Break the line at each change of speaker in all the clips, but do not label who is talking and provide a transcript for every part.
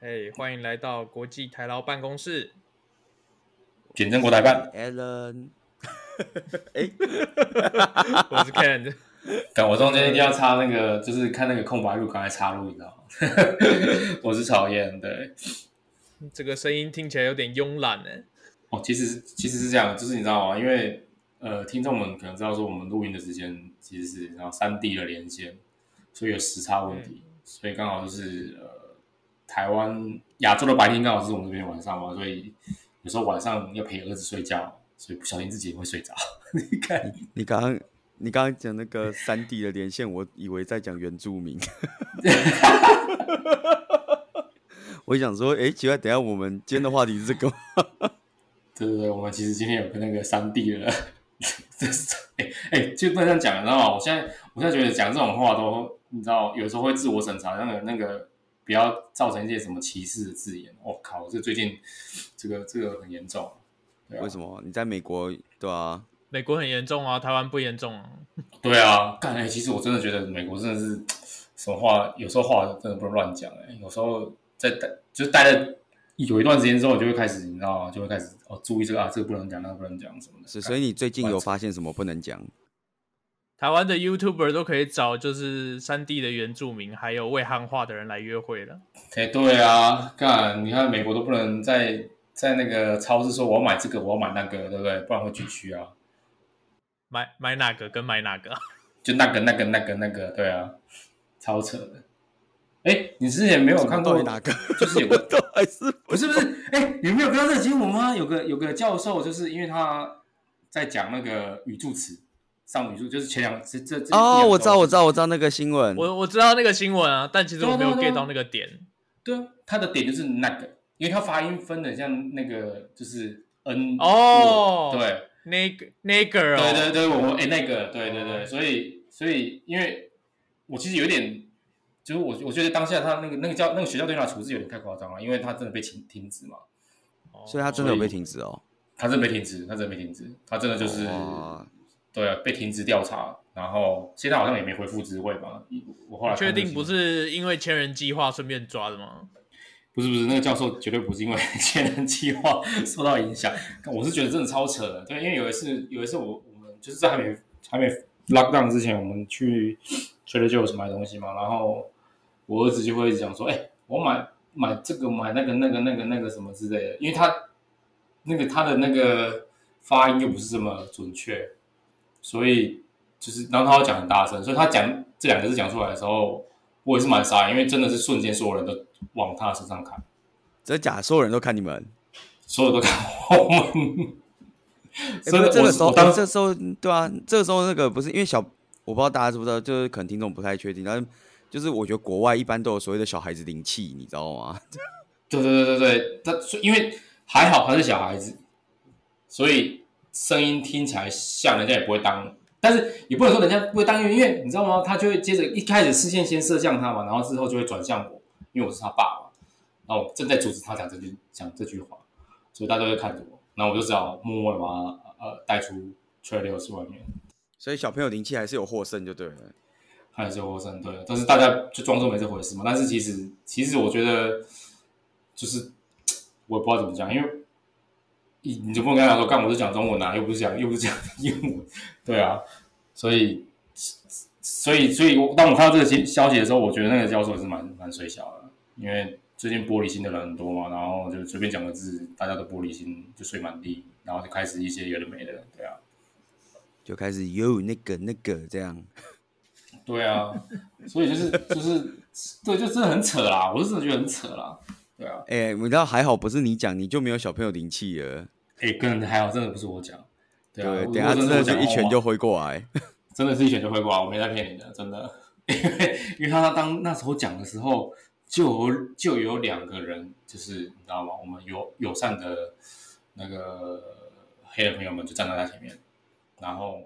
哎，欢迎来到国际台劳办公室。
简称国台办。
Alan，
我是 Ken，
但我中间一定要插那个，就是看那个空白路，赶快插入，你知道吗？我是曹燕，对。
这个声音听起来有点慵懒欸呢。
哦，其实是其实是这样，就是你知道吗？因为呃，听众们可能知道说，我们录音的时间其实是然后三 D 的连线，所以有时差问题，所以刚好就是呃，台湾亚洲的白天刚好是我们这边晚上嘛，所以有时候晚上要陪儿子睡觉，所以不小心自己也会睡着。你看，
你刚刚你刚刚讲那个三 D 的连线，我以为在讲原住 民。我想说，诶，奇怪，等一下我们今天的话题是这个吗，
对对对，我们其实今天有跟那个三 D 的，这是哎哎，就不能这样讲，你知道吗？我现在我现在觉得讲这种话都，你知道，有时候会自我审查，那个那个不要造成一些什么歧视的字眼。我、靠，这最近这个这个很严重，对啊
为什么？你在美国对啊？
美国很严重啊，台湾不严重啊。
对啊，干哎、其实我真的觉得美国真的是什么话，有时候话真的不能乱讲哎、有时候在待就待了有一段时间之后，就会开始你知道吗？就会开始哦，注意这个啊，这个不能讲，那个不能讲什么的。
是，所以你最近有发现什么不能讲？
台湾的 YouTuber 都可以找就是山地的原住民，还有会汉化的人来约会了。
哎、对啊，干，你看美国都不能在在那个超市说我要买这个，我要买那个，对不对？不然会拒区啊，
买买哪个跟买哪个啊，
就那个那个那个那个，对啊，超扯的。哎、你之前没有看
到
过
底哪个？
就是有
我
个
都还是
不是不是，哎、你没有看到这个新闻吗？有个有个教授，就是因为他在讲那个语助词，上语助就是前两这这这
哦，我知道，我知
道，
道，我知道那个新闻。
我我知道那个新闻啊，但其实我没有
对啊对啊
get 到那个点。
对啊，他的点就是那个，因为他发音分的像那个就是 n
哦
对，
那个那个哦，
对对对，我哎、那个，对对对，所以所以因为我其实有点，就是我我觉得当下他那个那个教那个学校对他的处置有点太夸张了，因为他真的被停停止嘛，
哦，
所以他真的有被停止哦。
他真的被停止，他真的被停止，他真的就是、
哇
对啊，被停止调查，然后现在好像也没恢复职位吧，我后来看
确
那个
定
新
不
闻
是因为千人计划顺便抓的吗？
不是不是，那个教授绝对不是因为 千人计划受到影响，我是觉得真的超扯的。对，因为有一次有一次我我们就是在还没还没 lockdown 之前，我们去 Trader Joe's 买东西嘛，然后我儿子就会一直讲说，哎、我买买这个买那个那个那个那个什么之类的，因为他那个他的那个发音又不是这么准确，所以就是然后他要讲很大声，所以他讲这两个字讲出来的时候，我也是蛮傻眼，因为真的是瞬间所有人都往他身上看，
真的假的？所有人都看你们。
所有都看 我们。
欸
真的，
不是这
我
个时候，
我当
欸这时候对啊，这个时候那个不是因为小，我不知道大家知不知道，就是可能听众不太确定，但是就是我觉得国外一般都有所谓的小孩子灵气，你知道吗？
对对对对对，他所以因为还好他是小孩子，所以声音听起来像人家也不会当，但是也不能说人家不会当，因为你知道吗？他就会接着一开始视线先射向他嘛，然后之后就会转向我，因为我是他爸嘛，然后我正在阻止他讲这句讲这句话，所以大家都会看着我，然后我就只好默默的把他呃带出 t r a i l e r 外面，
所以小朋友灵气还是有获胜就对了。
还是获胜对，但是大家就装作没这回事嘛。但是其实其实我觉得就是我也不知道怎么讲，因为你你就不能跟他讲说，干我是讲中文啊，又不是讲又不是讲英文，对啊，所以所以所以我当我看到这个新消息的时候，我觉得那个教授也是蛮蛮水小的，因为最近玻璃心的人很多嘛，然后就随便讲个字，大家都玻璃心就睡满地，然后就开始一些有的没的，对啊。
就开始有那个那个这样，
对啊，所以就是就是对，就真的很扯啦，我是真的觉得很扯啦。对啊，
哎、你知道还好不是你讲，你就没有小朋友灵气了。
哎、跟人还好，真的不是我讲。对啊，
等一下
如
真
果
的
是我
就
讲
一拳就
哇
挥过来，
真的是一拳就会挂，我没在骗你的，真的。 因为因为他当那时候讲的时候，就有就有两个人，就是你知道吗？我们友友善的那个黑人朋友们就站在他前面，然后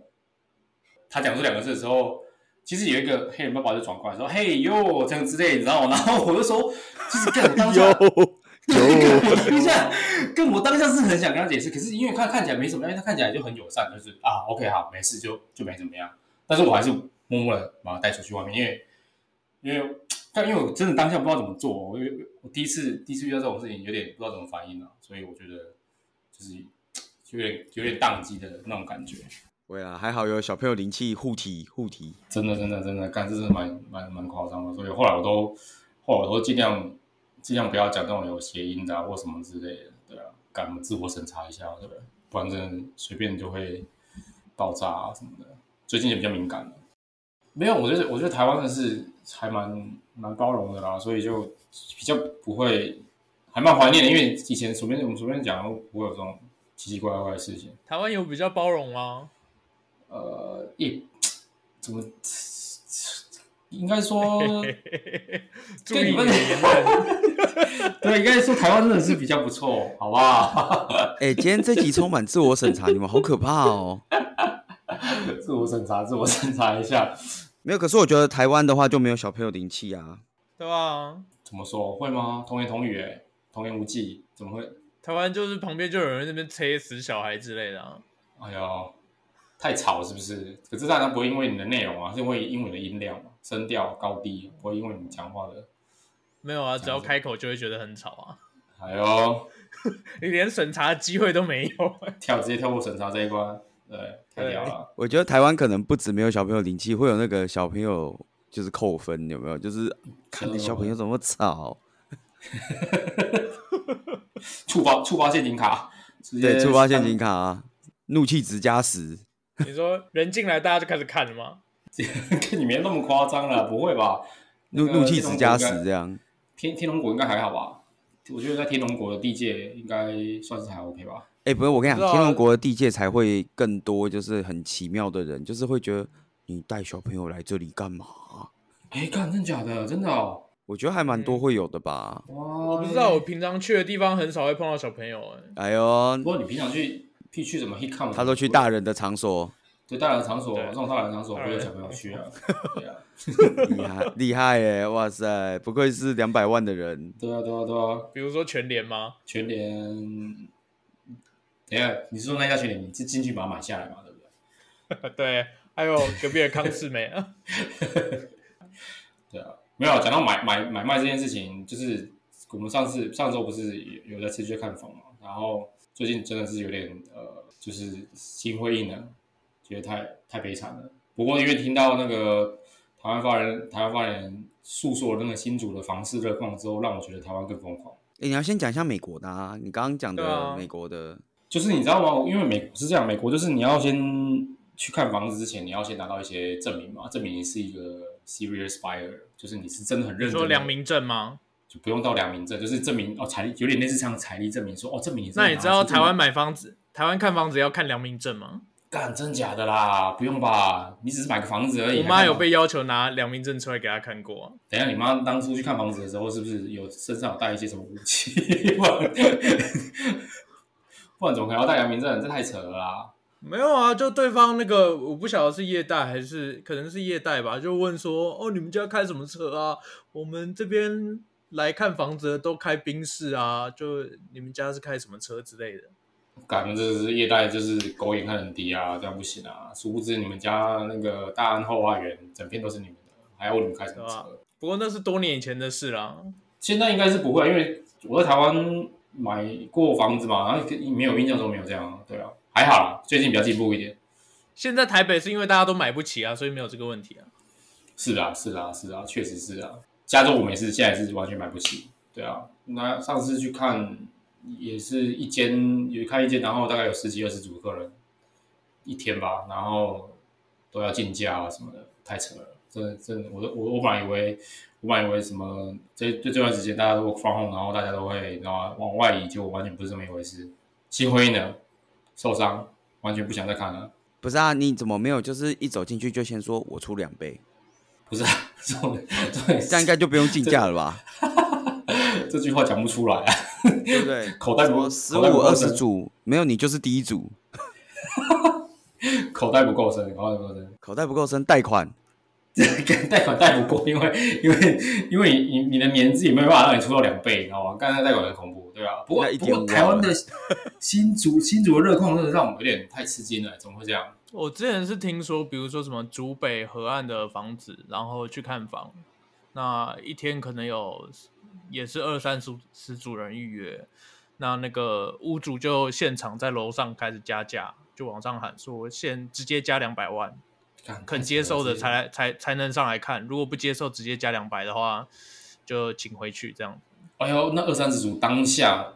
他讲出两个字的时候，其实有一个黑人爸爸就转过来说：“嘿哟，这样之类，你知道吗？”然后我就说：“就是干当 下，
有
我当下，跟我当下是很想跟他解释，可是因为他看起来没什么样，因为他看起来就很友善，就是啊，OK，好，没事，就就没怎么样。但是我还是默默的把他带出去外面，因为因为但因为我真的当下不知道怎么做，我有我第一次第一次遇到这种事情，有点不知道怎么反应了、所以我觉得就是有点有点宕机的那种感觉，
对啊，还好有小朋友灵气护体护体。
真的真的真的，干这真的蛮蛮蛮夸张的，所以后来我都后来我都尽量尽量不要讲那种有谐音的、啊、或什么之类的，对啊，干嘛自我审查一下，对不对？不然真的随便就会爆炸啊什么的，最近也比较敏感了。没有，我觉得我觉得台湾的是还蛮蛮包容的啦，所以就比较不会，还蛮怀念的，因为以前随便我们随便讲不会有这种奇奇怪怪的事情。
台湾有比较包容吗？
呃，也怎么应该说，
注意你的
对你们
言论，
对，应该说台湾真的是比较不错，好不好？
哎、今天这集充满自我审查，你们好可怕哦。
自我审查，自我审查一下，
没有，可是我觉得台湾的话就没有小朋友灵气啊。
对吧？
怎么说会吗？童言童语、欸，童言无忌，怎么会？
台湾就是旁边就有人在那边催死小孩之类的、啊，
哎呦，太吵是不是？可是大家不会因为你的内容啊，是因为因为你的音量嘛、声调高低，不会因为你讲话的。
没有啊，只要开口就会觉得很吵啊，
哎呦，
你连审查的机会都没有。
跳直接跳过审查这一关，对，太屌了。
我觉得台湾可能不止没有小朋友灵气，会有那个小朋友就是扣分，有没有？就是看你小朋友怎么吵，
触发触发陷阱卡，直接
对，触发陷阱卡、啊，怒气值加十。
你说人进来大家就开始看了吗？
看你没那么夸张了，不会吧？
怒
那个
怒气值加
天龙
十
国
这样，
天天龙国应该还好吧？我觉得在天龙国的地界应该算是还 OK 吧。
哎、不是我跟你
不知道
讲，
啊
天龙国的地界才会更多，就是很奇妙的人，就是会觉得你带小朋友来这里干嘛？
哎，看真假的，真的哦，
我觉得还蛮
嗯
多会有的吧。
哇！
我不知道，我平常去的地方很少会碰到小朋友、欸，
哎呦
不，过你平常去去去什么 hit com，
他说去大人的场所，
对大人场所，
对
这种大人场所不会有小朋友去啊。对啊，
厉害厉害耶！哇塞，不愧是两百万的人。
对啊，对啊，对啊，
比如说全联吗？
全联，等一下，你是说那家全联，你是进去把它买下来嘛？对不对？
对，还有隔壁的康世 美，
对啊，没有讲到买买买卖这件事情，就是我们上次上周不是有有在持续看房嘛，然后最近真的是有点呃，就是心灰意冷，觉得太太悲惨了。不过因为听到那个台湾发言人台湾发言人诉说那个新竹的房市热况之后，让我觉得台湾更疯狂。
哎、你要先讲一下美国的啊，你刚刚讲
对
的
啊
美国的，
就是你知道吗？因为美国是这样，美国就是你要先去看房子之前，你要先拿到一些证明嘛，证明你是一个 serious buyer，就是你是真的很认
你
真
说
的。
良民证吗？
就不用到良民证，就是证明哦财力，有点类似像财力证明说哦证明你是
那你
拿
知道
出
台湾买房子、台湾看房子要看良民证吗？
干真假的啦？不用吧，你只是买个房子而已。
我妈有
还看
被要求拿良民证出来给她看过啊、
等一下你妈当初去看房子的时候，是不是有身上有带一些什么武器？不然 不然怎么可能要带良民证？这太扯了啦！
没有啊，就对方那个我不晓得是业贷还是可能是业贷吧，就问说哦，你们家开什么车啊？我们这边来看房子的都开宾士啊，就你们家是开什么车之类的。
感这是业贷，就是狗眼看人低啊，这样不行啊！殊不知你们家那个大安后花园整片都是你们的，还要你们开什么
对啊
车？
不过那是多年以前的事啦。
现在应该是不会，因为我在台湾买过房子嘛，然后没有印象中没有这样，对啊，还好啦，最近比较进步一点。
现在台北是因为大家都买不起啊，所以没有这个问题啊。
是啊，是啊，是啊，确实是啊。加州我们也是现在是完全买不起，对啊。那上次去看也是一间，有看一间，然后大概有十几二十组客人一天吧，然后都要竞价啊什么的，太扯了。真的真的，我都我我本来以为，我本来以为什么这这这段时间大家都 work from home，然后大家都会你知道吗往外移，结果完全不是这么一回事。心灰呢，受伤，完全不想再看了。
不是啊？你怎么没有就是一走进去就先说我出两杯，
不是、啊， 这种这种也是
这 样应该就不用竞价了吧？
这句话讲不出来啊。
对不对？
口袋
什
不
么十
口
五
袋不够
二十
深
组，没有你就是第一组，
口袋不够深，口袋不够深，
口袋不够深，贷款。
贷款贷不过，因为因为因为你你你的年纪也没有办法让你出到两倍，你知道吗？刚才贷款很恐怖，对吧？不过
那1.5
不过台湾的新竹新竹的热况真的让我有点太吃惊了，怎么会这样？
我之前是听说，比如说什么竹北河岸的房子，然后去看房，那一天可能有也是二三十十组人预约，那那个屋主就现场在楼上开始加价，就往上喊说现直接加两百万，
干
肯接受的才
太扯了
来才才能上来看，如果不接受直接加两百的话，就请回去这样。
哎呦，那二三十组当下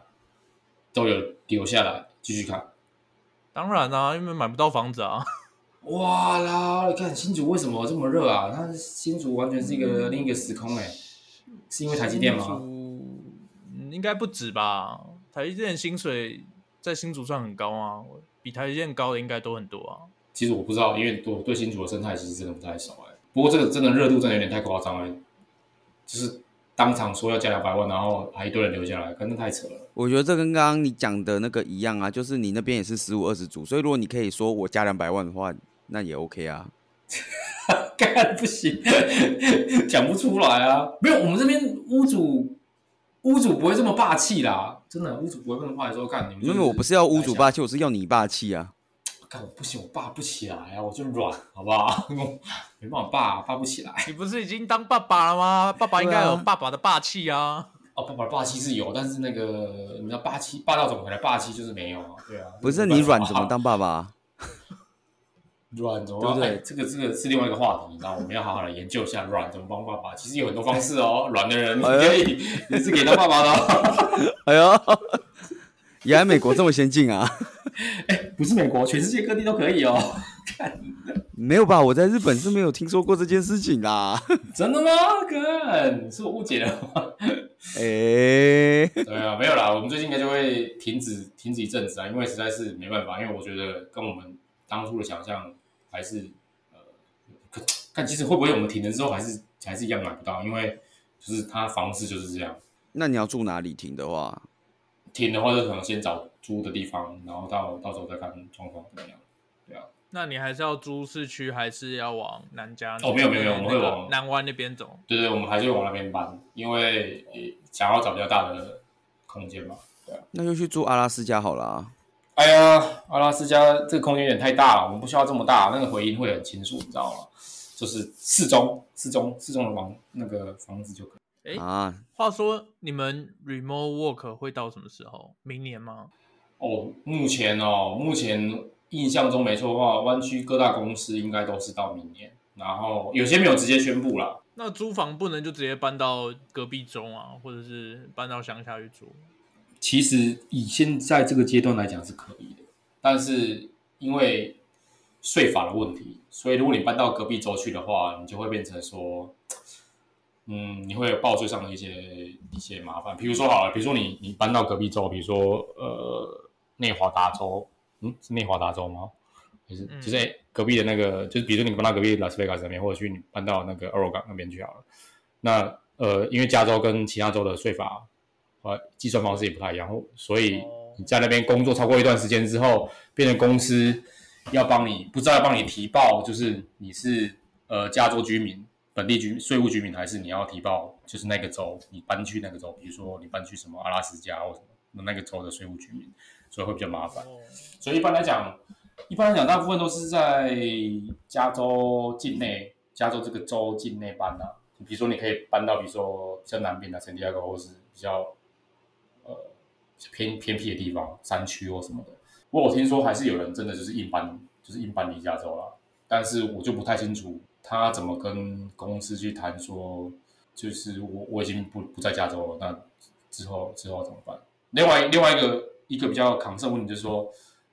都有留下来继续看。
当然啦、因为买不到房子啊。
哇啦！你看新竹为什么这么热啊？它新竹完全是一个、
嗯
另一个时空哎、是因为台积电
新
吗？
竹嗯应该不止吧？台积电薪水在新竹算很高啊，比台积电高的应该都很多啊。
其实我不知道，因为我对新竹的生态其实真的不太熟哎、不过这个真的热度真的有点太夸张了，就是当场说要加两百万，然后还一堆人留下来，真的太扯了。
我觉得这跟刚刚你讲的那个一样啊，就是你那边也是十五二十组，所以如果你可以说我加两百万的话，那也 OK 啊。
干不行，讲不出来啊！没有，我们这边屋主屋主不会这么霸气啦，真的屋主不会这么霸气说干你们、
因
就是。
为我不是要屋主霸气，我是要你霸气啊。
干我不行，我霸不起来啊，我就软，好不好？ 我没办法霸，霸不起来。
你不是已经当爸爸了吗？爸爸应该有爸爸的霸气啊。
哦，爸爸霸气是有，但是那个你知道霸气霸道总裁的霸气就是没有啊，对啊。
不是
没
你
办法
软怎么当爸爸、啊？
软怎么
对不对
哎这个这个是另外一个话题，然后我们要好好来研究一下软怎么帮爸爸。其实有很多方式哦，软的人你
哎呀
可以也是可以当爸爸的 哦、
哎呦， 原来美国这么先进啊！
不是美国，全世界各地都可以哦。
没有吧？我在日本是没有听说过这件事情啦。
真的吗？干，是我误解了吗？
哎、
对啊，没有啦，我们最近应该就会停止停止一阵子啊，因为实在是没办法，因为我觉得跟我们当初的想象还是呃，可看其实会不会我们停了之后还是还是一样买不到，因为就是它房市就是这样，
那你要住哪里停的话，
停的话就可能先找租的地方，然后到到时候再看状况怎么样。对啊，
那你还是要租市区，还是要往南家？
哦没有没有没有我们会
那个
往
南湾那边走。
对对，我们还是会往那边搬，因为呃想要找比较大的空间嘛。
那就去住阿拉斯加好了啊。
哎呀，阿拉斯加这个空间有点太大了，我们不需要这么大，那个回音会很清楚，你知道吗？就是适中、适中、适中的房那个房子就可以。
诶
啊，
话说你们 remote work 会到什么时候？明年吗？
哦，目前哦，目前印象中没错的话，湾区各大公司应该都是到明年，然后有些没有直接宣布啦。
那租房不能就直接搬到隔壁中啊，或者是搬到乡下去住？
其实以现在这个阶段来讲是可以的，但是因为税法的问题，所以如果你搬到隔壁州去的话，你就会变成说，嗯，你会有报税上的一些一些麻烦。比如说好了，比如说你你搬到隔壁州，比如说呃内华达州，嗯，是内华达州吗？就是
嗯
就是、欸隔壁的那个，就是比如说你搬到隔壁拉斯维加斯那边，或者去你搬到那个俄勒冈那边去好了。那呃，因为加州跟其他州的税法呃计算方式也不太一样，或所以
哦
你在那边工作超过一段时间之后，变成公司要帮你不知道要帮你提报，就是你是呃加州居民、本地居税务居民，还是你要提报就是那个州你搬去那个州，比如说你搬去什么阿拉斯加或什么那个州的税务居民，所以会比较麻烦。
哦，
所以一般来讲，一般来讲，大部分都是在加州境内，加州这个州境内搬的、比如说，你可以搬到比如说比较南边的圣地亚哥，或是比较呃偏偏僻的地方，山区或什么的。不过我听说还是有人真的就是硬搬，就是硬搬离加州啦。但是我就不太清楚他怎么跟公司去谈说，就是我我已经不不在加州了，那之后之后怎么办？另外另外一个一个比较扛的问题就是说，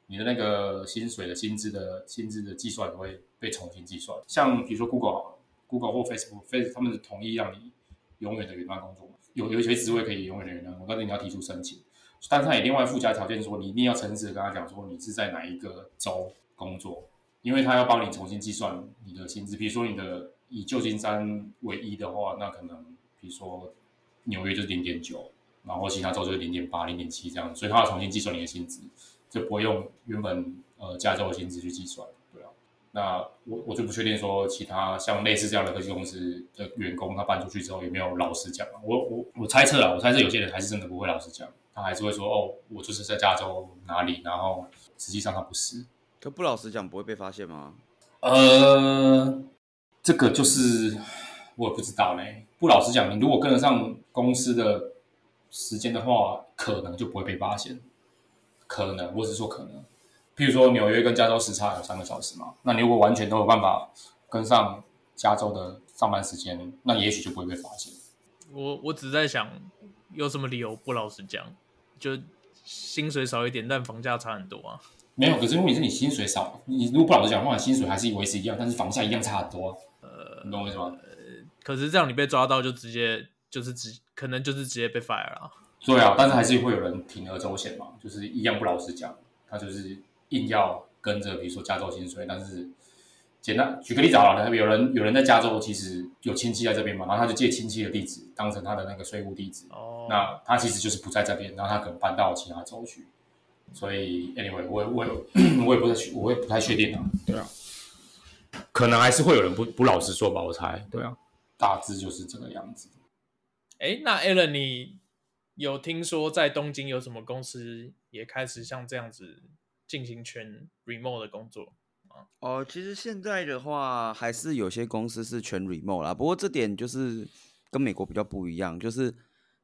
你的那个薪水的薪资的薪资的计算会被重新计算。像比如说 Google 好了 Google 或 Facebook，Face 他们是同意让你永远的远端工作嘛，有有一些职位可以永远的远端工作，但是你要提出申请。但是它也另外附加条件说，你一定要诚实的跟他讲说你是在哪一个州工作，因为他要帮你重新计算你的薪资。比如说你的以旧金山为一的话，那可能比如说纽约就是零点九，然后其他州就是零点八、零点七这样，所以他要重新计算你的薪资，就不会用原本呃加州的薪资去计算，对啊。那我我就不确定说其他像类似这样的科技公司的员工，他搬出去之后有没有老实讲啊？我我我猜测啦，我猜测有些人还是真的不会老实讲，他还是会说哦，我就是在加州哪里，然后实际上他不是。
可不老实讲，不会被发现吗？
呃，这个就是我也不知道嘞，不老实讲，你如果跟得上公司的时间的话，可能就不会被发现。可能，我只说可能。譬如说纽约跟加州时差有三个小时嘛，那你如果完全都有办法跟上加州的上班时间，那也许就不会被发现。
我我只在想，有什么理由不老实讲？就薪水少一点，但房价差很多啊。
没有，可是问题是你薪水少，你如果不老实讲的话，你薪水还是维持一样，但是房价一样差很多、啊。呃，你懂我意思吗？
可是这样你被抓到就直接就是直，可能就是直接被 fire 了啊。
对啊，但是还是会有人铤而走险嘛，就是一样不老实讲，他就是硬要跟着，比如说加州薪水，但是简单举个例子好了，有人有人在加州其实有亲戚在这边嘛，然后他就借亲戚的地址当成他的那个税务地址，
哦，
那他其实就是不在这边，然后他可能搬到其他州去，所以 anyway，我也我 也我也不太确，我也不太确定啊，对啊，可能还是会有人不不老实说吧，我猜，对啊，大致就是这个样子。
哎，那 Alan，你有听说在东京有什么公司也开始像这样子进行全 remote 的工作？
哦，其实现在的话，还是有些公司是全 remote 啦。不过这点就是跟美国比较不一样，就是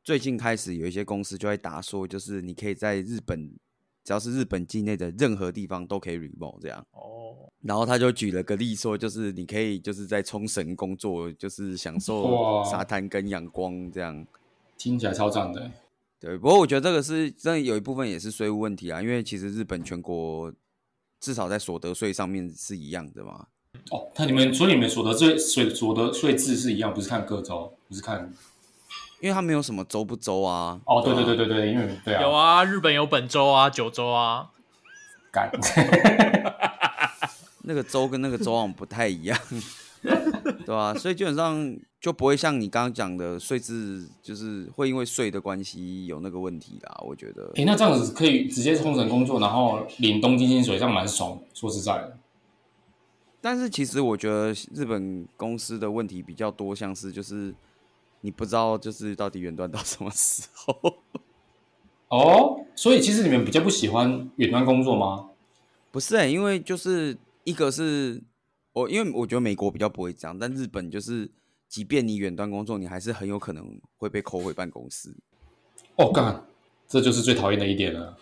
最近开始有一些公司就会打说，就是你可以在日本，只要是日本境内的任何地方都可以 remote 这样。
哦，
然后他就举了个例说，就是你可以就是在冲绳工作，就 是享受
哇
沙滩跟阳光这样。
听起来超赞的欸、
对，不过我觉得这个是真的有一部分也是税务问题啊，因为其实日本全国至少在所得税上面是一样的嘛。
哦，他你们所以你们所得税税所得税制是一样，不是看各州，不是看
因为它没有什么州不州啊。
哦，对对对对对，因为对啊，
有啊，日本有本州啊，九州啊，
干
那个州跟那个州好像不太一样， 对啊，所以基本上就不会像你刚刚讲的税制，就是会因为税的关系有那个问题啦。我觉得
诶，那这样子可以直接冲绳工作，然后领东京薪水，这样蛮爽。说实在的，
但是其实我觉得日本公司的问题比较多，像是就是你不知道就是到底远端到什么时候，
哦，所以其实你们比较不喜欢远端工作吗？
不是、欸、因为就是一个是我，因为我觉得美国比较不会这样，但日本就是即便你远端工作，你还是很有可能会被扣回办公室。
哦，干，这就是最讨厌的一点了。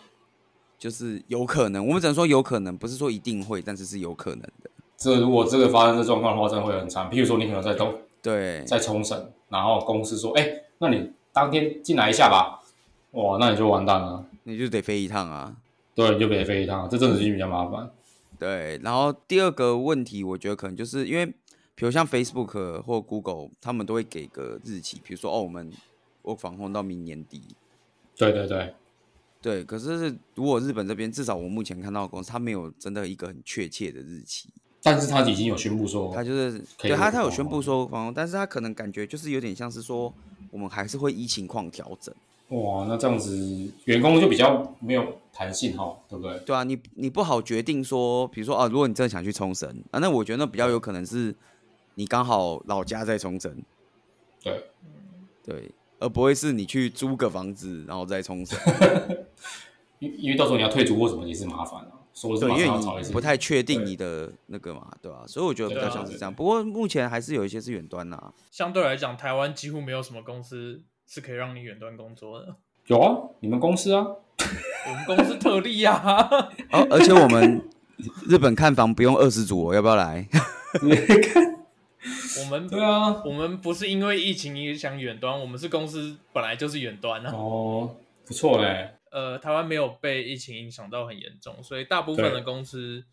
就是有可能，我们只能说有可能，不是说一定会，但是是有可能的。
这如果这个发生这状况的话，真的会很惨。譬如说，你可能在东
对，
在冲绳，然后公司说，哎，那你当天进来一下吧，哇，那你就完蛋了。
你就得飞一趟啊。
对，你就别飞一趟，这真的是比较麻烦。
对，然后第二个问题，我觉得可能就是因为，比如像 Facebook 或 Google，他们都会给个日期，比如说哦，我们我防控到明年底。
对对对，
对，可是如果日本这边，至少我目前看到的公司，它没有真的一个很确切的日期，
但是他已经有宣布说，
它就是
哦可以
对
有
它
个
它有
防
宣布
控
说防控，但是它可能感觉就是有点像是说，我们还是会依情况调整。
哇，那这样子员工就比较没有弹性哈，对不对？
对啊，你你不好决定说，比如说啊，如果你真的想去冲绳啊，那我觉得那比较有可能是你刚好老家在冲绳，
对，
对，而不会是你去租个房子然后再冲绳，
因因为到时候你要退租或什么也是麻烦啊，说是
对，
马
因
上
为
要吵一次
你，不太确定
对
你的那个嘛，对吧、啊所以我觉得比较像是这
对啊
样。不过目前还是有一些是远端呐、啊，
相对来讲，台湾几乎没有什么公司是可以让你远端工作的。
有啊，你们公司啊，
我们公司特例啊，
哦，而且我们日本看房不用二十组、哦，要不要来？
我们
对啊，
我们不是因为疫情影响远端，我们是公司本来就是远端啊。
哦，不错嘞，
呃，台湾没有被疫情影响到很严重，所以大部分
对
的公司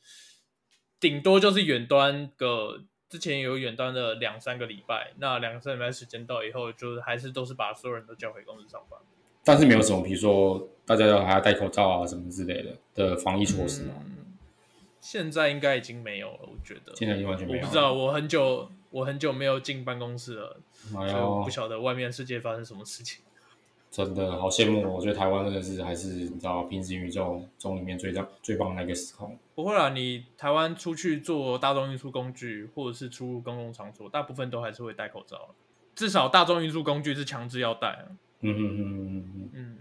顶多就是远端个。之前有远端的两三个礼拜，那两三个礼拜时间到以后，就是还是都是把所有人都叫回公司上班。
但是没有什么，比如说大家要还要戴口罩啊什么之类的的防疫措施嘛，
嗯，现在应该已经没有了，我觉得。
现在已经完全没
我
有，
不知道，，我很久我很久没有进办公室了，
哎
所以我
呦
不，晓得外面世界发生什么事情。
真的好羡慕哦，我觉得台湾真的是还是你知道平行宇宙中里面最棒最棒的一个时空，
不会啦，你台湾出去坐大众运输工具或者是出入公共场所，大部分都还是会戴口罩，啊至少大众运输工具是强制要戴啊。
嗯嗯嗯嗯嗯。
嗯，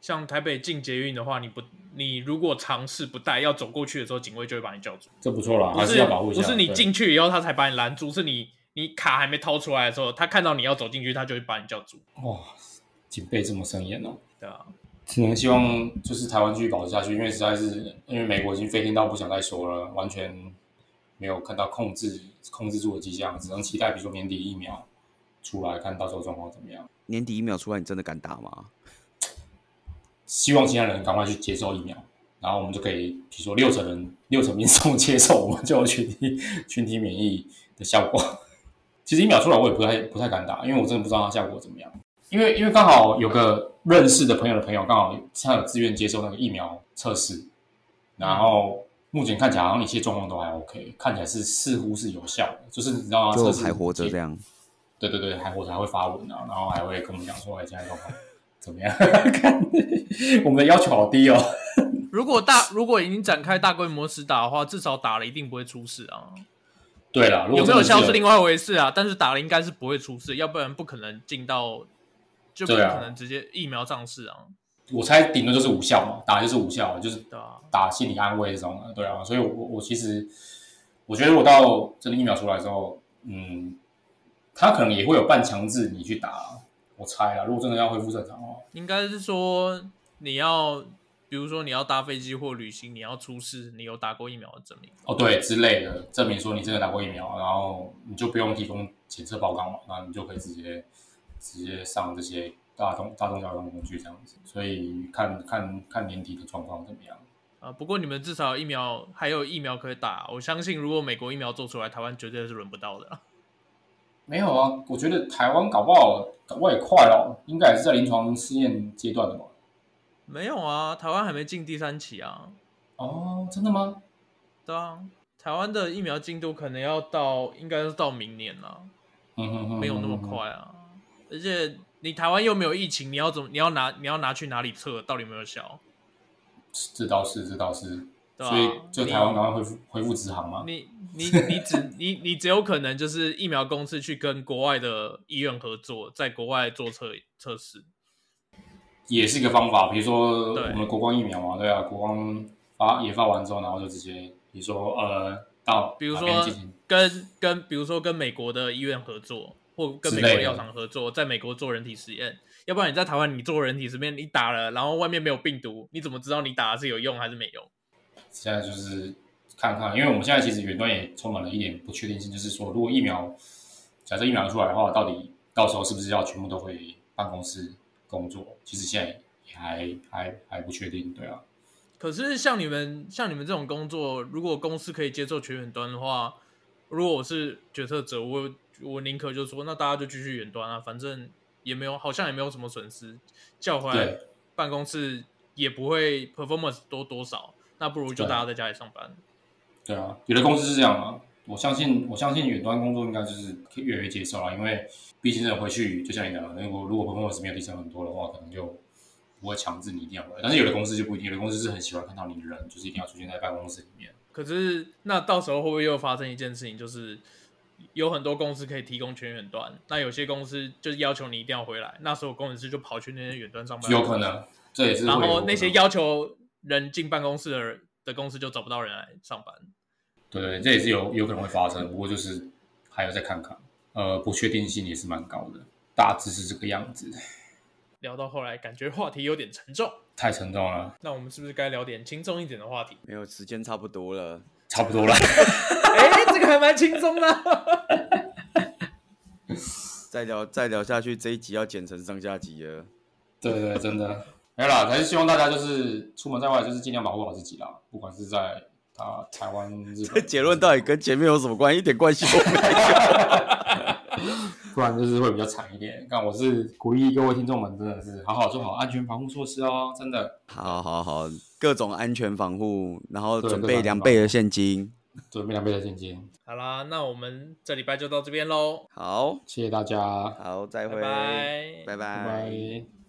像台北进捷运的话，你不你如果尝试不戴，要走过去的时候，警卫就会把你叫住。
这不错啦，
不
还
是
要保护一下。
不是你
对
进去以后他才把你拦住，是你你卡还没掏出来的时候，他看到你要走进去，他就会把你叫住。
哇，警备这么森严哦。
对啊，
只能希望就是台湾继续保持下去，因为实在是因为美国已经飞天到不想再说了，完全没有看到控制控制住的迹象，只能期待比如说年底疫苗出来，看到时候状况怎么样。
年底疫苗出来，你真的敢打吗？
希望其他人赶快去接受疫苗，然后我们就可以，比如说六成人六成民众接受，我们就有群体 群体免疫的效果。 其实疫苗出来我也不太不太敢打，因为我真的不知道它效果怎么样。因为因为刚好有个认识的朋友的朋友，刚好他有自愿接受那个疫苗测试，然后目前看起来好像一切状况都还 OK，看起来是似乎是有效的，啊就是你知道吗？
就
测试
还活着
结
这样。
对对对，还活着还会发文啊，然后还会跟我们讲说，哎，现在 状况怎么样？ 看我们的要求好低哦。
如果大如果已经展开大规模实打的话，至少打了一定不会出事啊。
对了，如果
有没
真
有
的
效是另
有
外一回事啊，但是打了应该是不会出事，要不然不可能进到，就不
对啊
可能直接疫苗上市啊，
我猜顶多就是无效嘛，打就是无效，就是
对啊，
打心理安慰这种的，对啊。所以我，我我其实我觉得，我到真的疫苗出来之后，嗯，他可能也会有半强制你去打，我猜啦。如果真的要恢复正常的话，
应该是说你要，比如说你要搭飞机或旅行，你要出示你有打过疫苗的证明。
哦对之类的，证明说你真的打过疫苗，然后你就不用提供检测报告嘛，那你就可以直接直接上这些大众大众交通工具这样子。所以看看看年底的状况怎么样。
啊、不过你们至少疫苗还有疫苗可以打，我相信如果美国疫苗做出来，台湾绝对是轮不到的 啊。
没有啊，我觉得台湾搞不好搞不好也快了，应该也是在临床试验阶段的吧？
没有啊，台湾还没进第三期啊。
哦，真的吗？
对啊，台湾的疫苗进度可能要到，应该是到明年啊了，
嗯哼哼，
没有那么。快啊。而且你台湾又没有疫情，你要怎么？你要拿你要拿去哪里测？到底有没有效？
这倒是，这倒是。
对啊
所以，就台湾
你
赶快恢复恢复直航嘛。
你你你只你你只有可能就是疫苗公司去跟国外的医院合作，在国外做测测试。
也是一个方法，比如说
对
我们国光疫苗嘛，对啊，国光发研发完之后，然后就直接，比如说呃，到
比如
哪边
说
进行
跟跟比如说跟美国的医院合作，或跟美
之类
国
的
药厂合作，在美国做人体实验。要不然你在台湾你做人体实验，你打了，然后外面没有病毒，你怎么知道你打的是有用还是没用？
现在就是看看，因为我们现在其实远端也充满了一点不确定性，就是说，如果疫苗假设疫苗出来的话，到底到时候是不是要全部都回办公室工作？其实现在也还还还不确定，对啊，
可是像你们像你们这种工作，如果公司可以接受全远端的话，如果我是决策者，我我宁可就说，那大家就继续远端啊，反正也没有，好像也没有什么损失，叫回来
对
办公室也不会 performance 多多少，那不如就
对
大家在家里上班。
对啊，有的公司是这样啊。我相信，我相信远端工作应该就是可以越来越接受了，因为毕竟是回去，就像你讲的，如果如果 performance 没有提升很多的话，可能就不会强制你一定要回来。但是有的公司就不一定，有的公司是很喜欢看到你的人，就是一定要出现在办公室里面。
可是那到时候会不会又发生一件事情，就是有很多公司可以提供全远端，那有些公司就是要求你一定要回来，那所有工程师就跑去那些远端上班，
有可能，这也是
啊然
会有
后
可
那些
能
要求人进办公室的人的公司就找不到人来上班。
对对，这也是有有可能会发生，不过就是还要再看看，呃，不确定性也是蛮高的，大致是这个样子，
聊到后来，感觉话题有点沉重，
太沉重了，
那我们是不是该聊点轻松一点的话题？
没有，时间差不多了。
差不多了。
哎，这个还蛮轻松的。
再聊再聊下去，这一集要剪成上下集了。
对对，真的没有啦，还是希望大家就是出门在外就是尽量保护好自己啦，不管是在啊台湾、日
这
本，
结论到底跟前面有什么关系？一点关系都没有。
不然就是会比较惨一点。但我是鼓励各位听众们，真的是好好做好安全防护措施哦，真的。
好好好，各种安全防护，然后
对
准
各
备
种
两
安全
倍
防
的现金。
准备两倍的现金，
好啦，那我们这 礼拜就到这边喽，
好
谢谢大家，
好，再
拜
会，
拜，
拜
拜拜
拜。